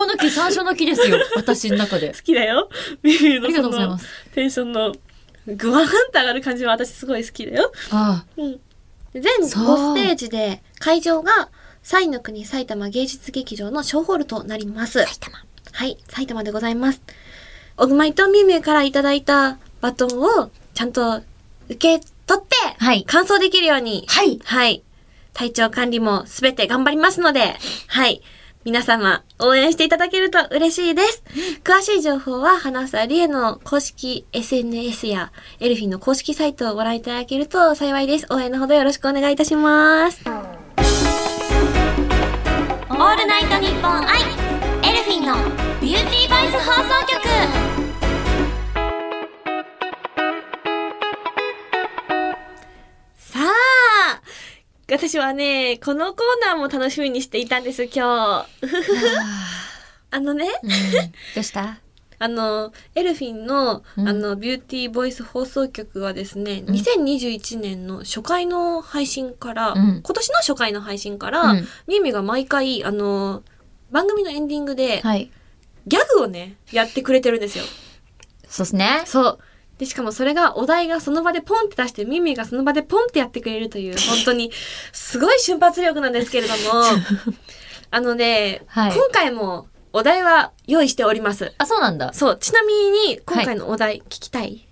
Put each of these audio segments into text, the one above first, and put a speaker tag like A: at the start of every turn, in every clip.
A: なき山椒の木 ですよ。私の中で
B: 好。きだよ。ビビ
A: あり
B: の
A: が
B: そ
A: とうございま
B: の
A: す。
B: テンションのグワーンって上がる感じは私すごい好きだよ。
A: あ
B: うん。全
A: そう
B: 5ステージで会場が西の国埼玉芸術劇場の小ホールとなります。
A: あ。玉。
B: はい、埼玉でございます。おぐまいとみみゅからいただいたバトンをちゃんと受け取って、
A: はい。
B: 完走できる ように、
A: はい。
B: はい、体調管理もすべて頑張りますので、はい、皆様応援していただけると嬉しいです。詳しい情報は、花さりえの公式 SNS や、エルフィンの公式サイトをご覧いただけると幸いです。応援のほどよろしくお願いいたします。
A: オールナイトニッポン愛。エルフィンのビューティーバイス放送局。
B: さあ私はね、このコーナーも楽しみにしていたんです、今日。あのね、
A: どうした？
B: あの、エルフィンの、
A: うん
B: あの、ビューティーボイス放送局はですね、
A: うん
B: 2021年の初回の配信から、
A: うん
B: 今年の初回の配信から、
A: うん
B: ミミが毎回、あの、番組のエンディングで、
A: はい。
B: ギャグをね、やってくれてるんですよ。
A: そうですね。
B: そう。で、しかもそれが、お題がその場でポンって出して、ミミがその場でポンってやってくれるという、本当に、すごい瞬発力なんですけれども、 あのね、
A: はい
B: 今回もお題は用意しております。
A: あ、そうなんだ。
B: そう、ちなみに、今回のお題、聞きたい、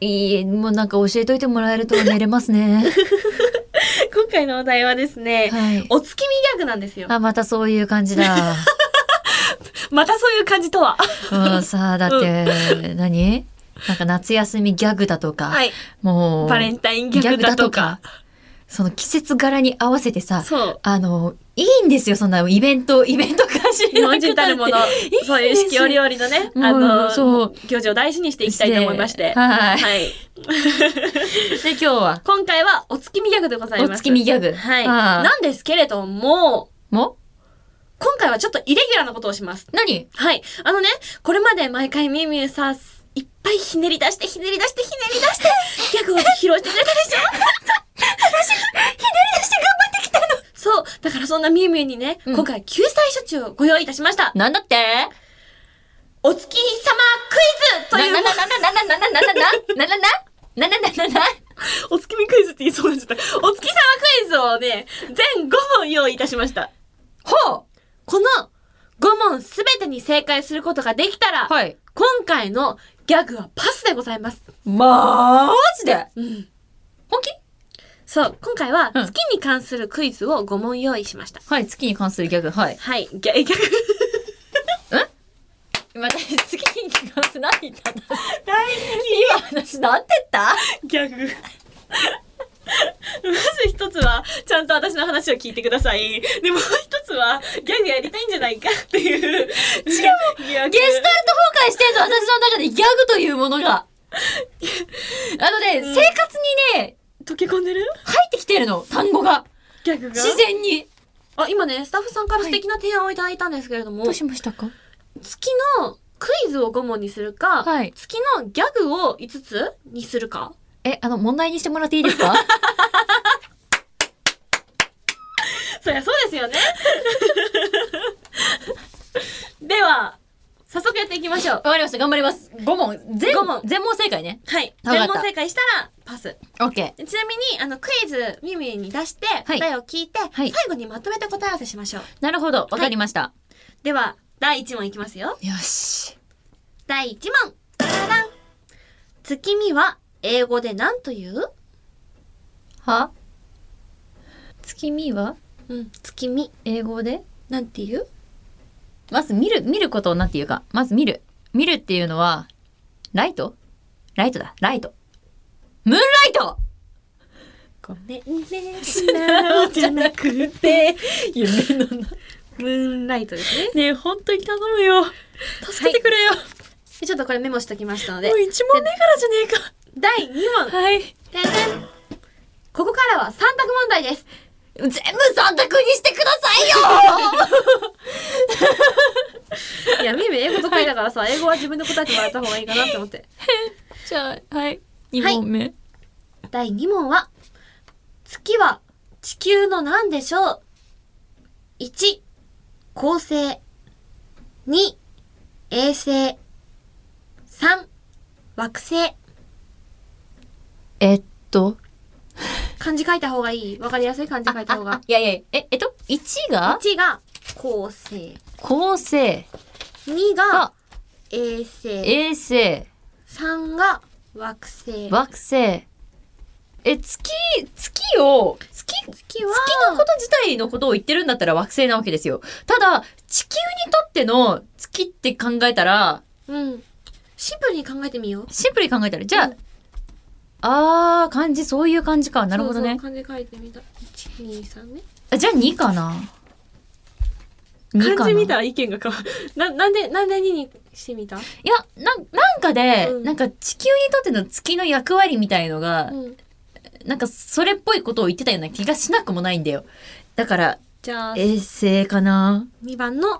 A: いいえ、もうなんか教えといてもらえると寝れます ね。
B: 今回のお題はですね、
A: はい。
B: お月見ギャグなんですよ。
A: あ、またそういう感じ だ。
B: またそういう感じとは。
A: うん、さあ、だって、何なんか夏休みギャグだとか、
B: はい。
A: もう、
B: バレンタインギャグだ
A: ギャグ
B: とか。
A: だとかその季節柄に合わせてさ、
B: そう。
A: あの、いいんですよ、そんなイベント、イベント化し
B: 日本人たるもの、そういう四季 折々のね、
A: うん
B: あの、
A: そう
B: 行事を大事にしていきたいと思いまして。
A: はい。
B: はい。
A: で、今日は、
B: 今回はお月見ギャグでござい
A: お
B: ます。
A: 月見ギャグ。
B: はい。
A: ああ
B: なんですけれども、
A: も
B: 今回はちょっとイレギュラーなことをします。
A: 何
B: はい。あのね、これまで毎回みゆみゆさん、いっぱいひねり出して、ひねり出して、ひねり出 して、ギャグを披露してくれたでしょ私、ひねり出して頑張ってきたのそう。だからそんなみゆみゆにね、
A: うん
B: 今回救済処置をご用意いたしました。
A: なんだって
B: お月様クイズと
A: な、
B: いう
A: な、な、な、な、な、な、な、な、な、な、な、な、な、な、な、な、な、
B: お月見クイズって言いそうになっちゃった。お月様クイズをね、全5問用意いたしました。
A: ほう
B: この5問すべてに正解することができたら、
A: はい。
B: 今回のギャグはパスでございます。
A: まージで
B: うん。
A: 本気
B: そう、今回は
A: うん
B: 月に関するクイズを5問用意しました。
A: はい、月に関するギャグ、はい。
B: はい、ギャ、ギャグ、
A: 今、私、月に関する何言ったんだ
B: 大
A: 今、話、なんて言った
B: 好きギャグ。まず一つは、ちゃんと私の話を聞いてください。で、もう一つは、ギャグやりたいんじゃないかっていう。しかも、ギャグ
A: ゲスタルト崩壊してんの、私の中でギャグというものが。あのね、
B: うん
A: 生活にね、
B: 溶け込んでる
A: 入ってきてるの、単語が。
B: ギャグが。
A: 自然に。
B: あ、今ね、スタッフさんから素敵な提案をいただいたんですけれども、
A: ましたか
B: 月のクイズを5問にするか、
A: はい
B: 月のギャグを5つにするか。
A: え、あの、問題にしてもらっていいですか
B: そりゃそうですよね。 では、早速やっていきましょう。
A: わかりました、頑張ります。5問。全
B: 五問
A: 全問正解ね。
B: はい。
A: わか
B: 全
A: った
B: 問正解したら、パス。
A: オッケー。
B: ちなみに、あの、クイズ、ミミに出して、
A: い
B: 答えを聞いて、
A: はい
B: 最後にまとめて答え合わせしましょう。
A: なるほど、わかりました。
B: では、第1問いきますよ。
A: よし。
B: 第1問。ダダン月見は、英語で何という
A: は月見は
B: うん、月見。
A: 英語で
B: なんていう
A: まず見る、見ることをなんていうか、まず見る。見るっていうのは、ライトライトだ、ライト。ムーンライト
B: ごめん ね、素直じゃなく て、
A: 夢のな。
B: ムーンライトですね。
A: ねえ、本当に頼むよ。助けてくれよ。
B: ちょっとこれメモしときましたので
A: もう、一問目からじゃねえか。
B: 第2問。
A: はい。
B: てんてんここからは3択問題です。
A: 全部三択にしてくださいよ
B: いや、みみ英語得意だからさ、英語は自分で答えてもらった方がいいかなって思って。
A: じゃあ、はい。
B: 二
A: 二
B: 問
A: 目。
B: 第2問は、月は地球の何でしょう ?1、恒星。 2、衛星。3、惑星。
A: えっと。
B: 漢字書いた方がいい。わかりやすい漢字書いた方
A: ああ
B: が。
A: いやいや、え、えっと、1が
B: 1が恒星。
A: 恒星
B: 2が
A: が
B: 衛星。
A: 衛星、
B: 3が惑星。
A: 惑星。え、月、月を、月、
B: 月は、
A: 月のこと自体のことを言ってるんだったら惑星なわけですよ。ただ、地球にとっての月って考えたら、
B: うん。シンプルに考えてみよう。
A: シンプルに考えたら、じ
B: う
A: ゃ
B: ん
A: あ、あー、漢字、そういう感じか。なるほどね。
B: そうそう漢字書いてみた。1、2、3ね。
A: あじゃあ2かな。二かな
B: 漢字見たら意見が変わる。 な、なんで、なんで2にしてみた
A: いや、なん、なんかで、
B: うん
A: なんか地球にとっての月の役割みたいのが、
B: うん。
A: なんかそれっぽいことを言ってたような気がしなくもないんだよ。だから、
B: じゃあ、
A: 衛星かな
B: 2番の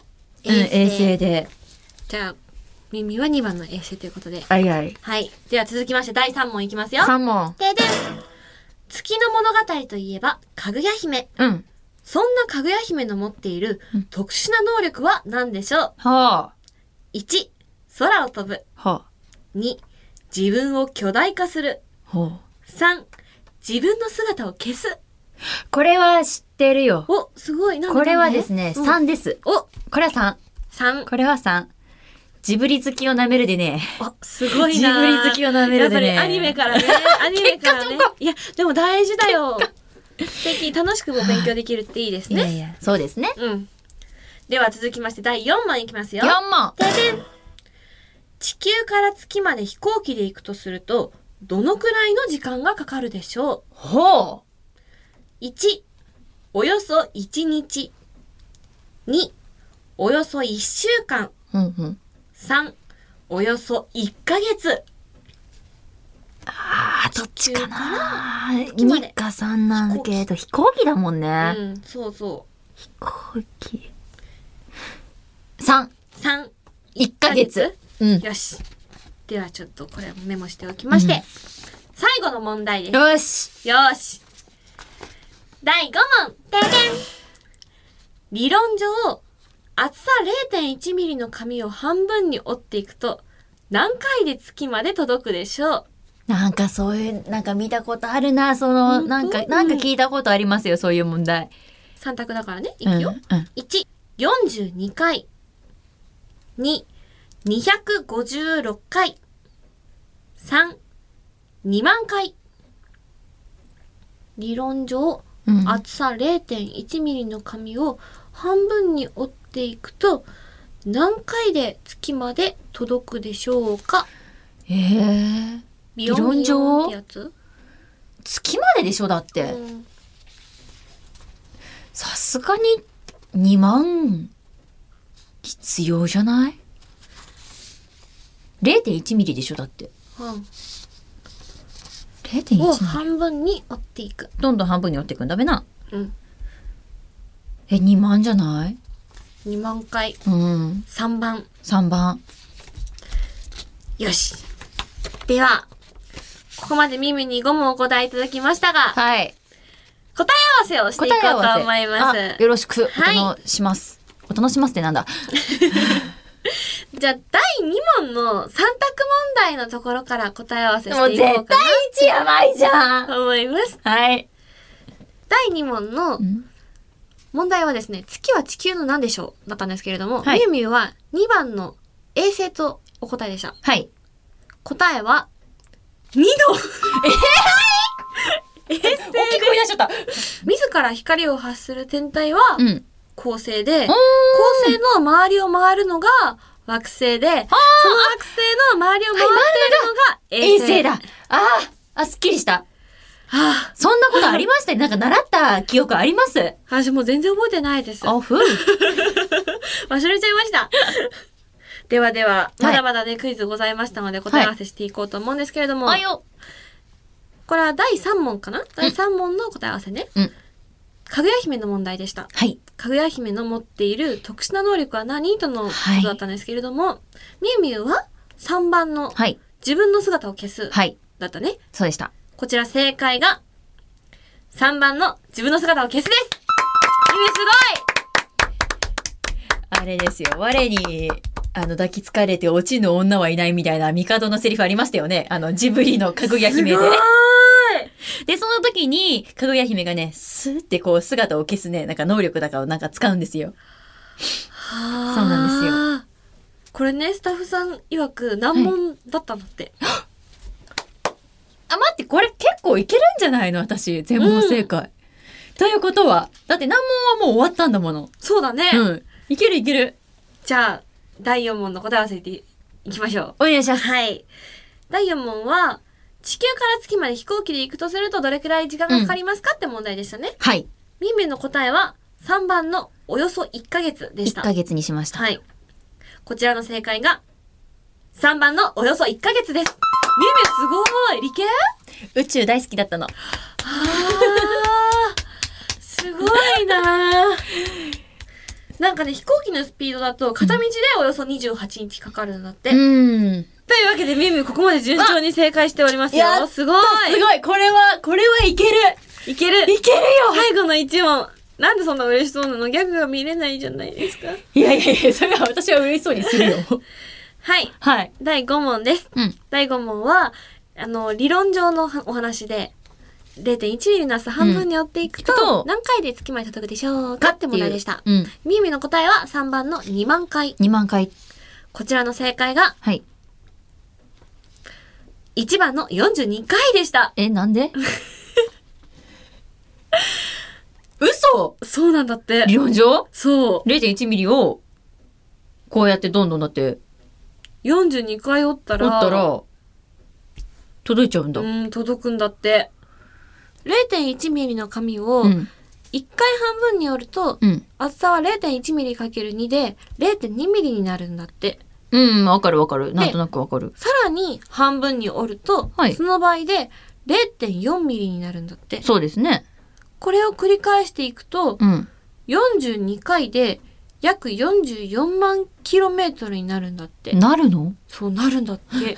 A: うん、衛星で。
B: じゃあ、耳は2番の衛星ということで。
A: はいはい。
B: はい。では続きまして第3問いきますよ。
A: 3問。
B: ででん月の物語といえば、かぐや姫。
A: うん。
B: そんなかぐや姫の持っている
A: うん
B: 特殊な能力は何でしょう
A: はあ。
B: ?1、空を飛ぶ。
A: は
B: 2、自分を巨大化する。
A: あ。は
B: 3、自分の姿を消す。
A: あ。これは知ってるよ。
B: お、すごい。なんで
A: これはですね、。
B: なんで
A: 3です。
B: うんお、
A: これは3。
B: 3。
A: これは3。ジブリ好きを舐めるでね。
B: お、すごい
A: ジ
B: な
A: ブリ好きを舐めるでね。
B: やっぱりアニメからね。アニメからね。いや、でも大事だよ。素敵。楽しくも勉強できるっていいです
A: いや
B: ね。
A: いや、そうですね。
B: うん。では続きまして第4問いきますよ。
A: 4問。
B: ててん地球から月まで飛行機で行くとすると、どのくらいの時間がかかるでしょ
A: ほう。
B: う ?1、およそ1日。2、およそ1週間。
A: うんうん。
B: 3、およそ1ヶ月。
A: ああ、どっちかな
B: 機まで
A: 2か3なんだけど、飛行機だもんね。
B: うん、そうそ
A: 飛行機。3、
B: う。3、
A: 1ヶ月。うん。
B: よし。ではちょっとこれメモしておきまして、
A: うん
B: 最後の問題で
A: よ
B: す。
A: し。
B: よーし。第5問。てれん理論上、厚さ0.1ミリの紙を半分に折っていくと、何回で月まで届くでしょう
A: なんかそういう、なんか見たことあるな、その、
B: 本当
A: なんか、
B: うん
A: なんか聞いたことありますよ、そういう問題。
B: ?3 択だからね。い
A: うん
B: く
A: う
B: よ。
A: ん。
B: 1、42回。2、256回。3、2万回。理論上、
A: うん。
B: 厚さ0.1ミリの紙を半分に折っていくと何回で月まで届くでしょうか
A: えー、
B: 理
A: 論上
B: ってやつ、
A: 月まででしょ、だっ
B: う
A: て。
B: ん、
A: さすがに、2万、必要じゃない ?0.1 ミリでしょ、だって。
B: うん
A: 0.1ミ
B: を
A: リ。
B: 半分に折っていく、
A: どんどん半分に折っていくんだべな。
B: うん、
A: え、2万じゃない
B: 2万回
A: うん。
B: 3番
A: 3番。
B: よしではここまでミミに5問お答えいただきましたが
A: はい。
B: 答え合わせをしていこうと思います
A: あよろしく、お
B: はい
A: 頼します。お頼しますってなんだ。
B: じゃあ第2問の3択問題のところから答え合わせしていこうか
A: 1やばいじゃん
B: なと思います
A: はい。
B: 第2問の問題はですね、月は地球の何でしょうだったんですけれども、
A: はい
B: ミュウミュウは2番の衛星とお答えでした。
A: はい。
B: 答えは、2
A: 大きく見出しちゃった。
B: 度自ら光を発する天体は
A: うん。
B: 恒星で、
A: おー
B: 恒星の周りを回るのが惑星で、その惑星の周りを回っているのが衛
A: 衛
B: 星
A: 星。だ。あーあ、すっきりした。
B: はあ、
A: そんなことありましたね。なんか習った記憶あります。
B: 私もう全然覚えてないです。忘
A: あ、ふう。
B: れちゃいました。 ではでは、まだまだね、クイズございましたので答え合わせしていこうと思うんですけれども、
A: あよ。
B: これは第3問かな第3問の答え合わせね。
A: うん
B: かぐや姫の問題でした。
A: はい。
B: かぐや姫の持っている特殊な能力は何とのことだったんですけれども、みゆみゆは3番の
A: はい。
B: 自分の姿を消す
A: はい。
B: だったね。
A: そうでした。
B: こちら正解が3番の自分の姿を消すですみゆみゆす
A: あ、れですよ。我に、あの、抱きつかれて落ちぬ女はいないみたいな、帝のセリフありましたよね。あの、ジブリのかぐや姫で。
B: すごーい
A: で、その時に、かぐや姫がね、スーってこう、姿を消すね、なんか能力だからをなんか使うんですよ。そうなん
B: ですよ。これね、スタッフさん曰く難問だったんだって。
A: あ、待って、これ結構いけるんじゃないの私、全問正解。ということは、だって難問はもう終わったんだもの。
B: そうだね。
A: うん。いけるいける。
B: じゃあ、第4問の答え合わせていきましょ
A: お願いし
B: う。
A: ます。
B: はい。第4問は、地球から月まで飛行機で行くとするとどれくらい時間がかかりますかって問題でしたね。
A: はい。
B: みんみんの答えは3番のおよそ1ヶ月でし
A: 1
B: た。
A: ヶ月にしました。
B: はい。こちらの正解が3番のおよそ1ヶ月です。みんみんすごい理系
A: 宇宙大好きだったの。
B: あーす ごいなーなんかね飛行機のスピードだと片道でおよそ28日かかるんだって、
A: うーん。
B: というわけでみみここまで順調に正解しておりますよ
A: やった
B: すごい
A: すごいこれは、これはいける
B: いける
A: いけるよ
B: 最後の1問なんでそんな嬉しそうなのギャグが見れないじゃないですか
A: いやいやいや、それは私は嬉しそうにするよ。
B: はい
A: はい。
B: 第5問です
A: うん。
B: 第5問はあの理論上のはお話で0.1ミリの差半分に折っていく
A: うんいく
B: と、
A: と
B: 何回で月まで届くでしょうかって問題でした
A: うん。
B: みーみーの答えは3番の2万回。
A: 2万回。
B: こちらの正解が
A: はい。
B: 1番の42回でした。
A: え、なんで 嘘
B: そうなんだって
A: 理論上
B: そ
A: ?0.1 ミリを、こうやってどんどんだって、
B: う。42回折った
A: 折
B: ら、
A: ったら、届いちゃうんだ。
B: うん、届くんだって。0.1ミリの紙を
A: う
B: 1
A: ん。
B: 回半分に折ると、
A: うん。
B: 厚さは0.1ミリ ×2 で0.2ミリになるんだって。
A: うん、わかるわかる。なんとなくわかる。
B: さらに半分に折ると、
A: はい
B: その倍で0.4ミリになるんだって。
A: そうですね。
B: これを繰り返していくと、
A: うん。
B: 42回で約44万キロメートルになるんだって。
A: なるの
B: そうなるんだ って。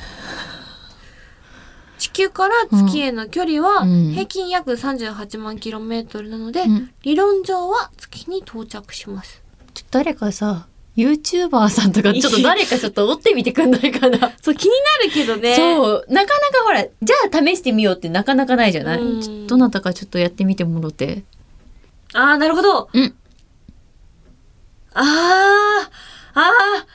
B: 地球から月への距離は
A: うん
B: 平均約38万キロメートルなので、
A: うん
B: 理論上は月に到着します。
A: ちょっと誰かさ、YouTuber さんとか、ちょっと誰かちょっと追ってみてくんないかな。
B: そう、気になるけどね。
A: そう、なかなかほら、じゃあ試してみようってなかなかないじゃない、
B: うん
A: ちょどなたかちょっとやってみてもろて。
B: ああ、なるほど。
A: うん。
B: ああ、ああ、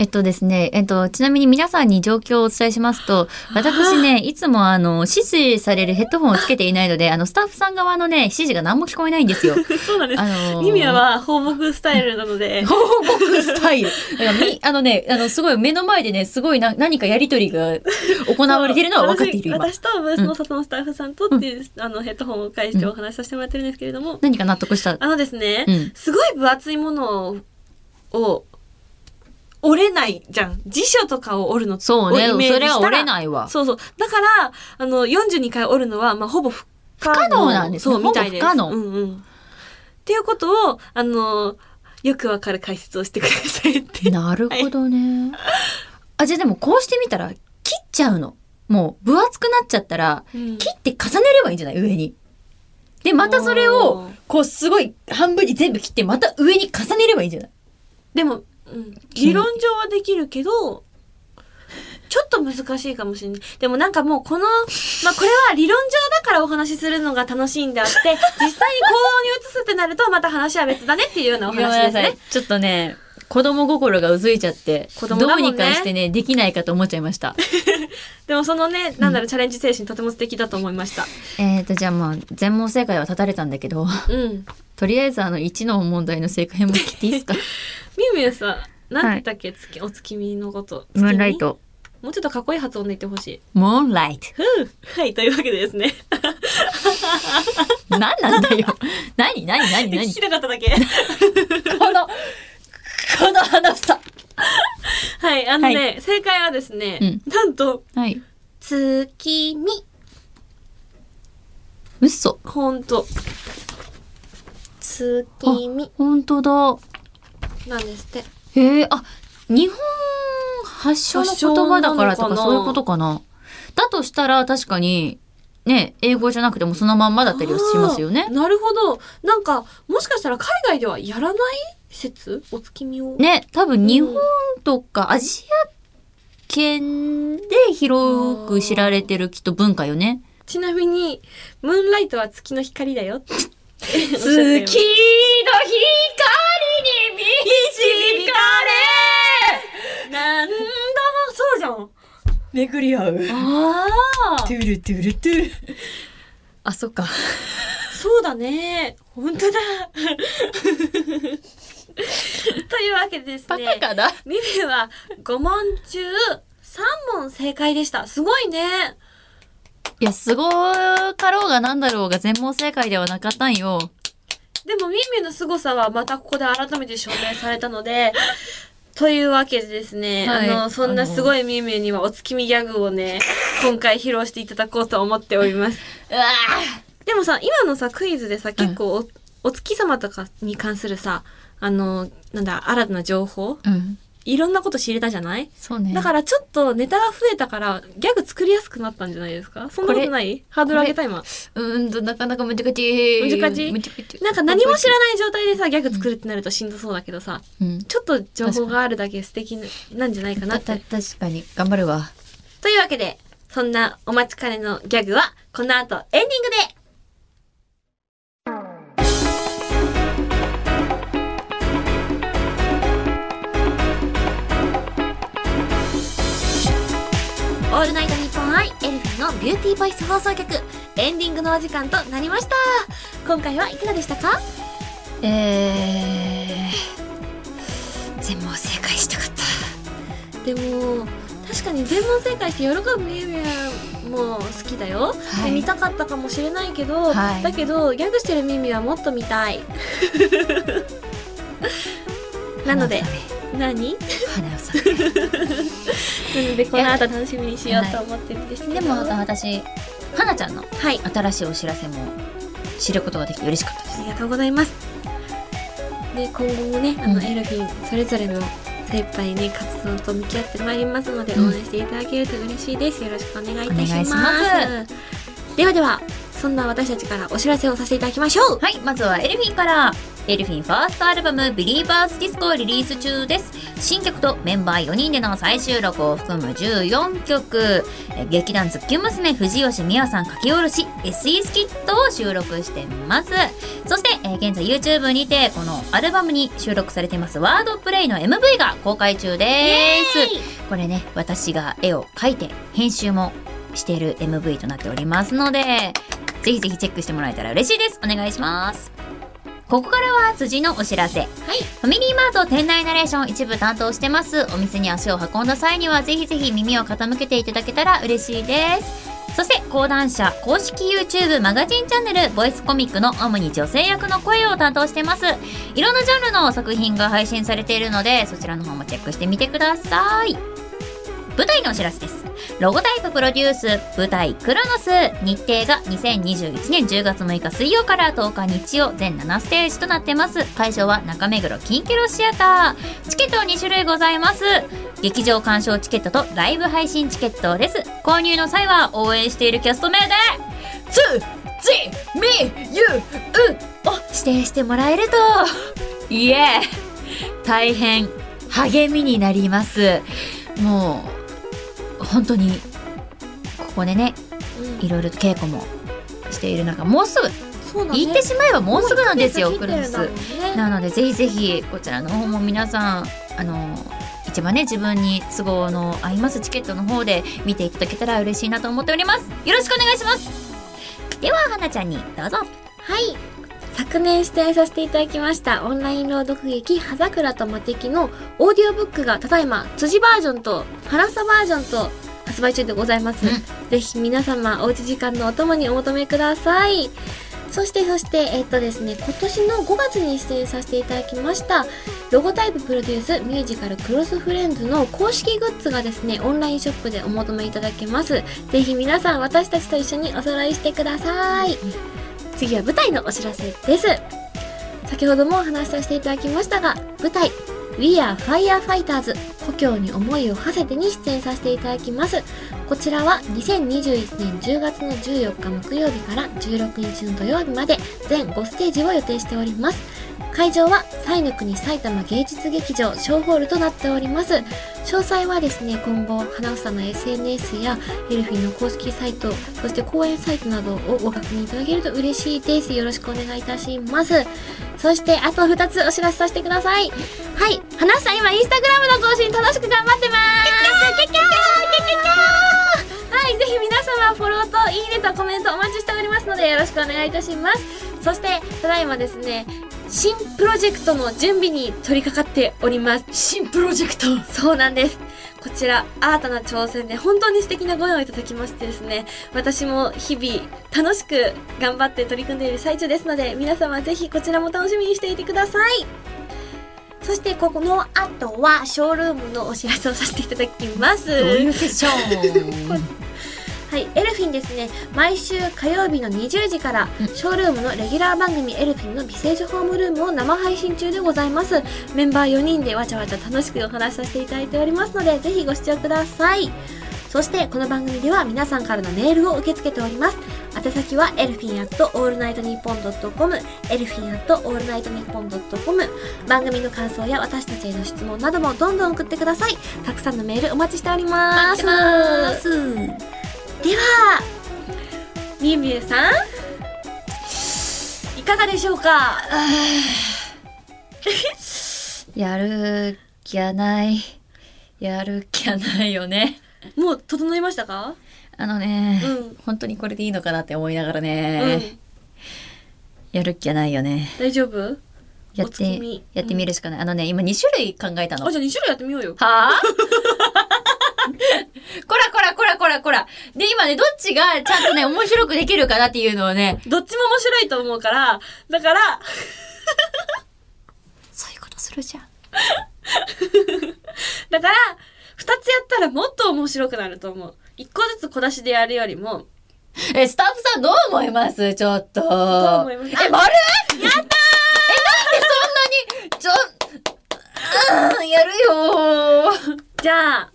A: えっとですね、えっと、ちなみに皆さんに状況をお伝えしますと、私ね、いつもあの、指示されるヘッドホンをつけていないので、あの、スタッフさん側のね、指示が何も聞こえないんですよ。
B: そうなんです。
A: あのー
B: ミミアは放牧スタイルなので、
A: 放牧スタイル。だからみあのね、あの、すごい目の前でね、すごいな何かやりとりが行われているのは分かっている今。
B: 私私とブースの外のスタッフさんとっていう、あのヘッドホンを介してお話しさせてもらってるんですけれども、
A: 何か納得した。
B: あのですね、
A: うん
B: すごい分厚いものをを折れないじゃん辞書とかを折るの
A: そうね、
B: をイメージ
A: それは
B: した
A: 折
B: ら
A: れないわ。
B: そうそうだからあの42回折るのは、まあ、ほぼ不可能
A: 不可能なんですね
B: そうみたいです
A: ほぼ不可能
B: うんうん、っていうことをあのよくわかる解説をしてくださいって
A: なるほどね。あ、じゃあでもこうしてみたら、切っちゃうの。もう、分厚くなっちゃったら、
B: うん
A: 切って重ねればいいんじゃない上に。で、またそれ
B: お
A: を
B: ー、
A: こう、すごい、半分に全部切って、また上に重ねればいいんじゃない
B: でも、うん、理論上はできるけど、ちょっと難しいかもしれない。でもなんかもう この、まあこれは理論上だからお話しするのが楽しいんであって、実際に行動に移すってなるとまた話は別だねっていうようなお話ですね。。
A: ちょっとね、子供心がうずいちゃって、
B: 子供だもんね
A: どうにかしてね、できないかと思っちゃいました。
B: でもそのね、なんだろう、チャレンジ精神とても素敵だと思いました。
A: えーと、じゃあまあ、全問正解は立たれたんだけど、
B: うん。
A: とりあえずあの、1の問題の正解も聞いていいですか
B: みゆみゆさん、なんて言ったっけ、月お月見のこと。月見
A: ムーンライ。ト。
B: もうちょっとかっこいい発音で言ってほしい。
A: ムーンライト。
B: ふうはい、というわけでですね。
A: 何なんだよ。何何何
B: 聞
A: 何
B: きたかっただけ。
A: この、この花さ。
B: はい、あのね、正解はですね、
A: うん
B: なんと、
A: はい。
B: 月見。
A: 嘘。
B: ほんと。月見
A: 本当だ。
B: なんですって。
A: へえ、あ、日本発祥の言葉だからとか
B: 発祥なのかな
A: そういうことかな。だとしたら確かに、ね、英語じゃなくてもそのまんまだったりはしますよ
B: あ
A: ね
B: ー。なるほど。なんか、もしかしたら海外ではやらない説お月見を。
A: ね、多分日本とかアジア圏で広く知られてるきっと文化よね。
B: ちなみに、ムーンライトは月の光だよ。
A: 月の光に導か
B: なんだな、そうじゃん。
C: めぐり合う。
A: れああ
C: ゥルトゥルトゥル。
A: あ、そっか。
B: そうだね。本 当だ。というわけでです
A: バカ
B: ね。
A: かな。
B: ミミは5問中3問正解でした。すごいね。
A: いや、すごかろうがなんだろうが全問正解ではなかったんよ。
B: でもミンミンの凄さはまたここで改めて証明されたので、というわけでですね、
A: はい
B: あの、そんなすごいミンミンにはお月見ギャグをね、今回披露していただこうと思っております。
A: うわ
B: でもさ、今のさ、クイズでさ、結構お、お月様とかに関するさ、あの、なんだ、新たな情報
A: うん。
B: いろんなこと知れたじゃない
A: そうね。
B: だからちょっとネタが増えたから、ギャグ作りやすくなったんじゃないですかそんなことないハードル上げた今。
A: うーんと、なかなか難しい。
B: 難しい
A: 難しい
B: なんか何も知らない状態でさ、ギャグ作るってなるとしんどそうだけどさ、
A: うん。
B: ちょっと情報があるだけ素敵ななんじゃないかな
A: た
B: ったて。
A: 確かに。頑張るわ。
B: というわけで、そんなお待ちかねのギャグは、この後エンディングでオールナイトニッポンアイエルフィンのビューティーボイス放送局エンディングのお時間となりました今回はいかがでしたか
A: えー、全問正解したかった。
B: でも確かに全問正解して喜ぶミュウミュウも好きだよ、
A: はい
B: で見たかったかもしれないけど、
A: はい
B: だけどギャグしてるミュウミュウはもっと見 たいなので何
A: 花を咲く。
B: なのでこの後楽しみにしようと思ってるんですけ
A: で
B: ど
A: も、あと私、花ちゃんの
B: はい
A: 新しいお知らせも知ることができて嬉しかったで
B: あ
A: す。
B: りがとうございますで今後もねあの、
A: うん
B: エルフィンそれぞれの精一杯ね活動と向き合ってまいりますので、
A: うん
B: 応援していただけると嬉しいですよろしくお願いい
A: お
B: たし
A: 願
B: ま
A: い
B: す
A: しま
B: ではではそんな私たちからお知らせをさせていただきましょう
A: はい、まずはエルフィンから。エルフィンファーストアルバム「ビリーバーズ・ディスコ」をリリース中です新曲とメンバー4人での再収録を含む14曲えー劇団ズッキュン娘藤吉美和さん書き下ろし SE スキットを収録していますそして、えー現在 YouTube にてこのアルバムに収録されていますワードプレイの MV が公開中ですこれね私が絵を描いて編集もしている MV となっておりますのでぜひぜひチェックしてもらえたら嬉しいですお願いしますここからは辻のお知らせ、はい、ファミリーマート店内ナレーション一部担当してますお店に足を運んだ際にはぜひぜひ耳を傾けていただけたら嬉しいですそして講談社公式 YouTube マガジンチャンネルボイスコミックの主に女性役の声を担当してますいろんなジャンルの作品が配信されているのでそちらの方もチェックしてみてください舞台のお知らせですロゴタイププロデュース舞台クロノス日程が2021年10月6日水曜から10日日曜全7ステージとなってます会場は中目黒キンキロシアターチケットは2種類ございます劇場鑑賞チケットとライブ配信チケットです購入の際は応援しているキャスト名で「つじみゆう」を指定してもらえるといえ大変励みになりますもう本当にここでね
B: うん
A: いろいろと稽古もしている中もうすぐ、
B: そうだね
A: 言ってしまえばもうすぐなんですよ
B: もう
A: ク
B: 一
A: ルー
B: ヶ月切って
A: ズ
B: るんだもんね
A: なのでぜひぜひこちらの方も皆さんあの一番ね自分に都合の合いますチケットの方で見ていただけたら嬉しいなと思っておりますよろしくお願いしますでは花ちゃんにどうぞ
B: はい昨年出演させていただきましたオンライン朗読劇「葉桜と魔敵」のオーディオブックがただいま辻バージョンと花さバージョンと発売中でございます、
A: うん
B: ぜひ皆様おうち時間のお供にお求めくださいそしてそしてえっとですね今年の5月に出演させていただきましたロゴタイププロデュースミュージカルクロスフレンズの公式グッズがですねオンラインショップでお求めいただけますぜひ皆さん私たちと一緒にお揃いしてください次は舞台のお知らせです先ほどもお話しさせていただきましたが舞台 We are Firefighters 故郷に思いを馳せてに出演させていただきますこちらは2021年10月の14日木曜日から16日の土曜日まで全5ステージを予定しております会場は西の国埼玉芸術劇場小ホールとなっております。詳細はですね、今後、花房の SNS やエルフィンの公式サイト、そして公演サイトなどをご確認いただけると嬉しいです。よろしくお願いいたします。そして、あと2つお知らせさせてください。はい、花房今、インスタグラムの更新楽しく頑張ってます。はい、ぜひ皆様フォローといいねとコメントお待ちしておりますのでよろしくお願いいたします。そして、ただいまですね、新プロジェクトの準備に取り掛かっております。
C: 新プロジェクト
B: そうなんです。こちら、新たな挑戦で本当に素敵なご縁をいただきましてですね、私も日々楽しく頑張って取り組んでいる最中ですので、皆様ぜひこちらも楽しみにしていてください。そして、ここの後は、ショールームのお知らせをさせていただきます。
A: どういうセッション
B: はい、エルフィンですね毎週火曜日の20時から
A: うん
B: ショールームのレギュラー番組エルフィンの美声女ホームルームを生配信中でございますメンバー4人でわちゃわちゃ楽しくお話しさせていただいておりますのでぜひご視聴くださいそしてこの番組では皆さんからのメールを受け付けております宛先はエルフィンアットオールナイトニッポンドットコムエルフィンアットオールナイトニッポンドットコム番組の感想や私たちへの質問などもどんどん送ってくださいたくさんのメールお待ちしておりますではみゆみゆさんいかがでしょうか
A: やる気ゃない。やる気ゃないよね。
B: もう整いましたか
A: あのね、
B: うん
A: 本当にこれでいいのかなって思いながらね、やる気ゃないよね。
B: 大丈夫
A: やっ
B: お月
A: て
B: 見、
A: やってみるしかない。あのね、今2種類考えたの。
B: あじゃあ2種類やってみようよ
A: はあこらこらこらこらこら。で、今ね、どっちがちゃんとね、面白くできるかなっていうのをね。
B: どっちも面白いと思うからだから
A: そういうことするじゃん。
B: だから2つやったらもっと面白くなると思う1個ずつ小出しでやるよりも
A: え、スタッフさんどう思いますちょっと。どう
B: 思います
A: え、丸やったーえ、なんでそんなに、ちょ、うん、やるよー。
B: じゃあ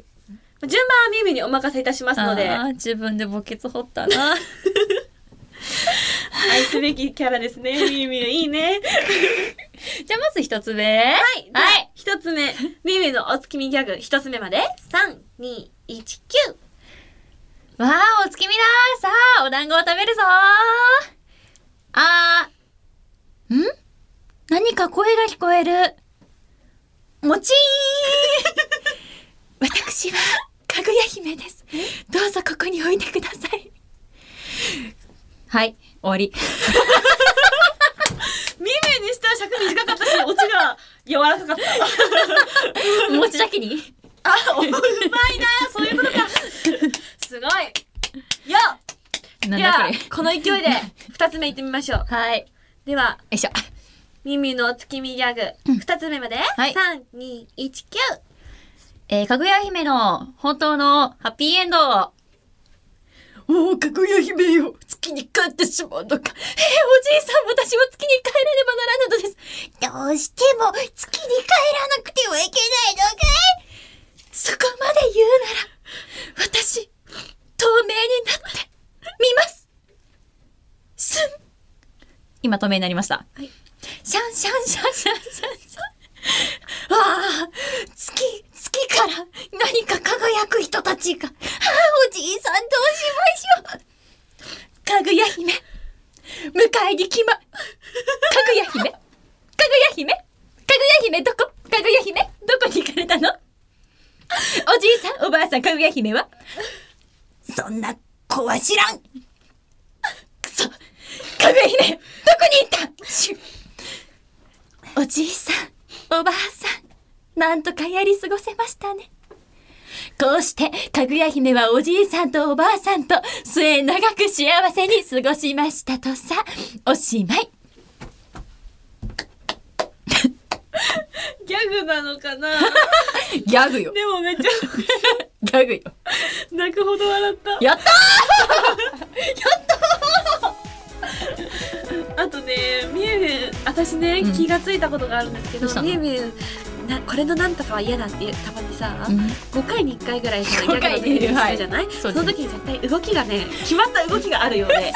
B: 順番はみゆみゆにお任せいたしますので
A: あー自分で墓穴掘ったな。
B: 愛すべきキャラですねみゆみゆいいね
A: じゃあまず一つ目。はい
B: はい。
A: はい。
B: 一つ目。ミミのお月見ギャグ。一つ目まで。三、二、一、九。
A: わあ、お月見だーさあ、お団子を食べるぞーあー。ん何か声が聞こえる。もちーん 私は、かぐや姫です。どうぞここに置いてください。はい、終わり。
B: ミミにしては尺短かったし、オチが柔らかかった。
A: 餅だけに
B: あ、うまいなそういうことか。 すごい。よ
A: なん
B: じゃ
A: だ
B: あ
A: これ。、
B: この勢いで、二つ目いってみましょう。
A: はい。よ
B: では、
A: いしょ。
B: ミミのお月見ギャグ。二つ目まで。
A: はい
B: 三、二、一、九。
A: えー、かぐや姫の本当のハッピーエンド。おお、かぐや姫よ、月に帰ってしまうのか。えー、おじいさん、私は月に帰らねばならぬのです。どうしても月に帰らなくてはいけないのかいそこまで言うなら、私、透明になって、見ます。すん。今、透明になりました。
B: はい
A: シャンシャンシャンシャンシャンシャン。ああ、月、月から何か輝く人たちが。ああ、おじいさんどうしましょう。かぐや姫、迎えに来ま、かぐや姫、かぐや姫、かぐや姫どこかぐや姫、どこに行かれたのおじいさん、おばあさん、かぐや姫はそんな子は知らん。くそ、かぐや姫、どこに行ったシュおじいさん、おばあさん、なんとかやり過ごせましたね。こうして、かぐや姫はおじいさんとおばあさんと末永く幸せに過ごしましたとさ、おしまい。
B: ギャグなのかな
A: ギャグよ。
B: でもめっちゃ、
A: ギャグよ。
B: 泣くほど笑った。
A: やった
B: あとね、みゆみゆ、私ね、
A: うん
B: 気がついたことがあるんですけ
A: どうした
B: ど、
A: の
B: みゆみゆ、な、これのなんとかは嫌だっていう、たまにさ、5回に1回ぐらいその
A: 5
B: ギャグ
A: 回
B: の
A: に
B: 練習するじゃない、
A: い
B: その時に絶対動きがね、決まった動きがあるようで。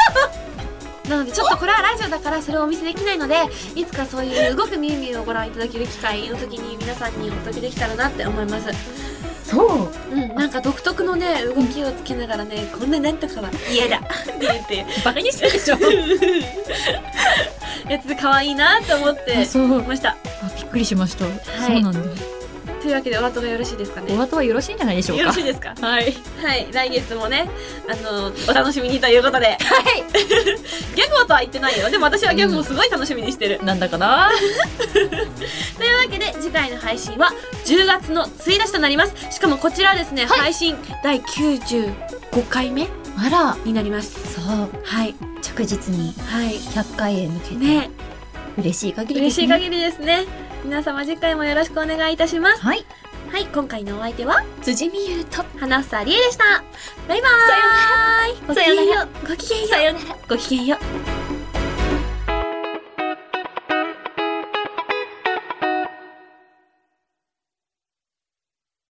B: なのでちょっとこれはラジオだからそれをお見せできないのでいつかそういう動くミュウミュウをご覧いただける機会の時に皆さんにお届けできたらなって思います
A: そう
B: うんなんか独特のね動きをつけながらねこんななんとかは 嫌だって言って
A: バカにしてるでし ょ
B: やつ可愛いなと思って
C: あそう
B: ました
C: あびっくりしました、
B: い
C: そうなんだ
B: というわけでお後がよろしいですかね
A: お
B: よ
A: 後はよろしいんじゃないでしょう
B: ろ
A: か
B: しいですか
A: はい
B: はい来月もねあのお楽しみにということで はいギャグをとは言ってないよでも私はギャグをすごい楽しみにしてる、
A: なんだかな
B: というわけで次回の配信は10月の1日となりますしかもこちらはですね、配信第95回目
A: あら
B: になります
A: そう
B: はい
A: 着実に
B: はい
A: 100回へ向けて、
B: ね
A: 嬉しい限りで
B: 嬉
A: す
B: し
A: ね
B: い限りですね皆様次回もよろしくお願いいたします
A: はい
B: はい今回のお相手は
A: 辻美優と
B: 花房理恵でしたバイバーイ
A: さよ
B: ごきげんようごきげんよう
A: さよなら
B: ごきげんよう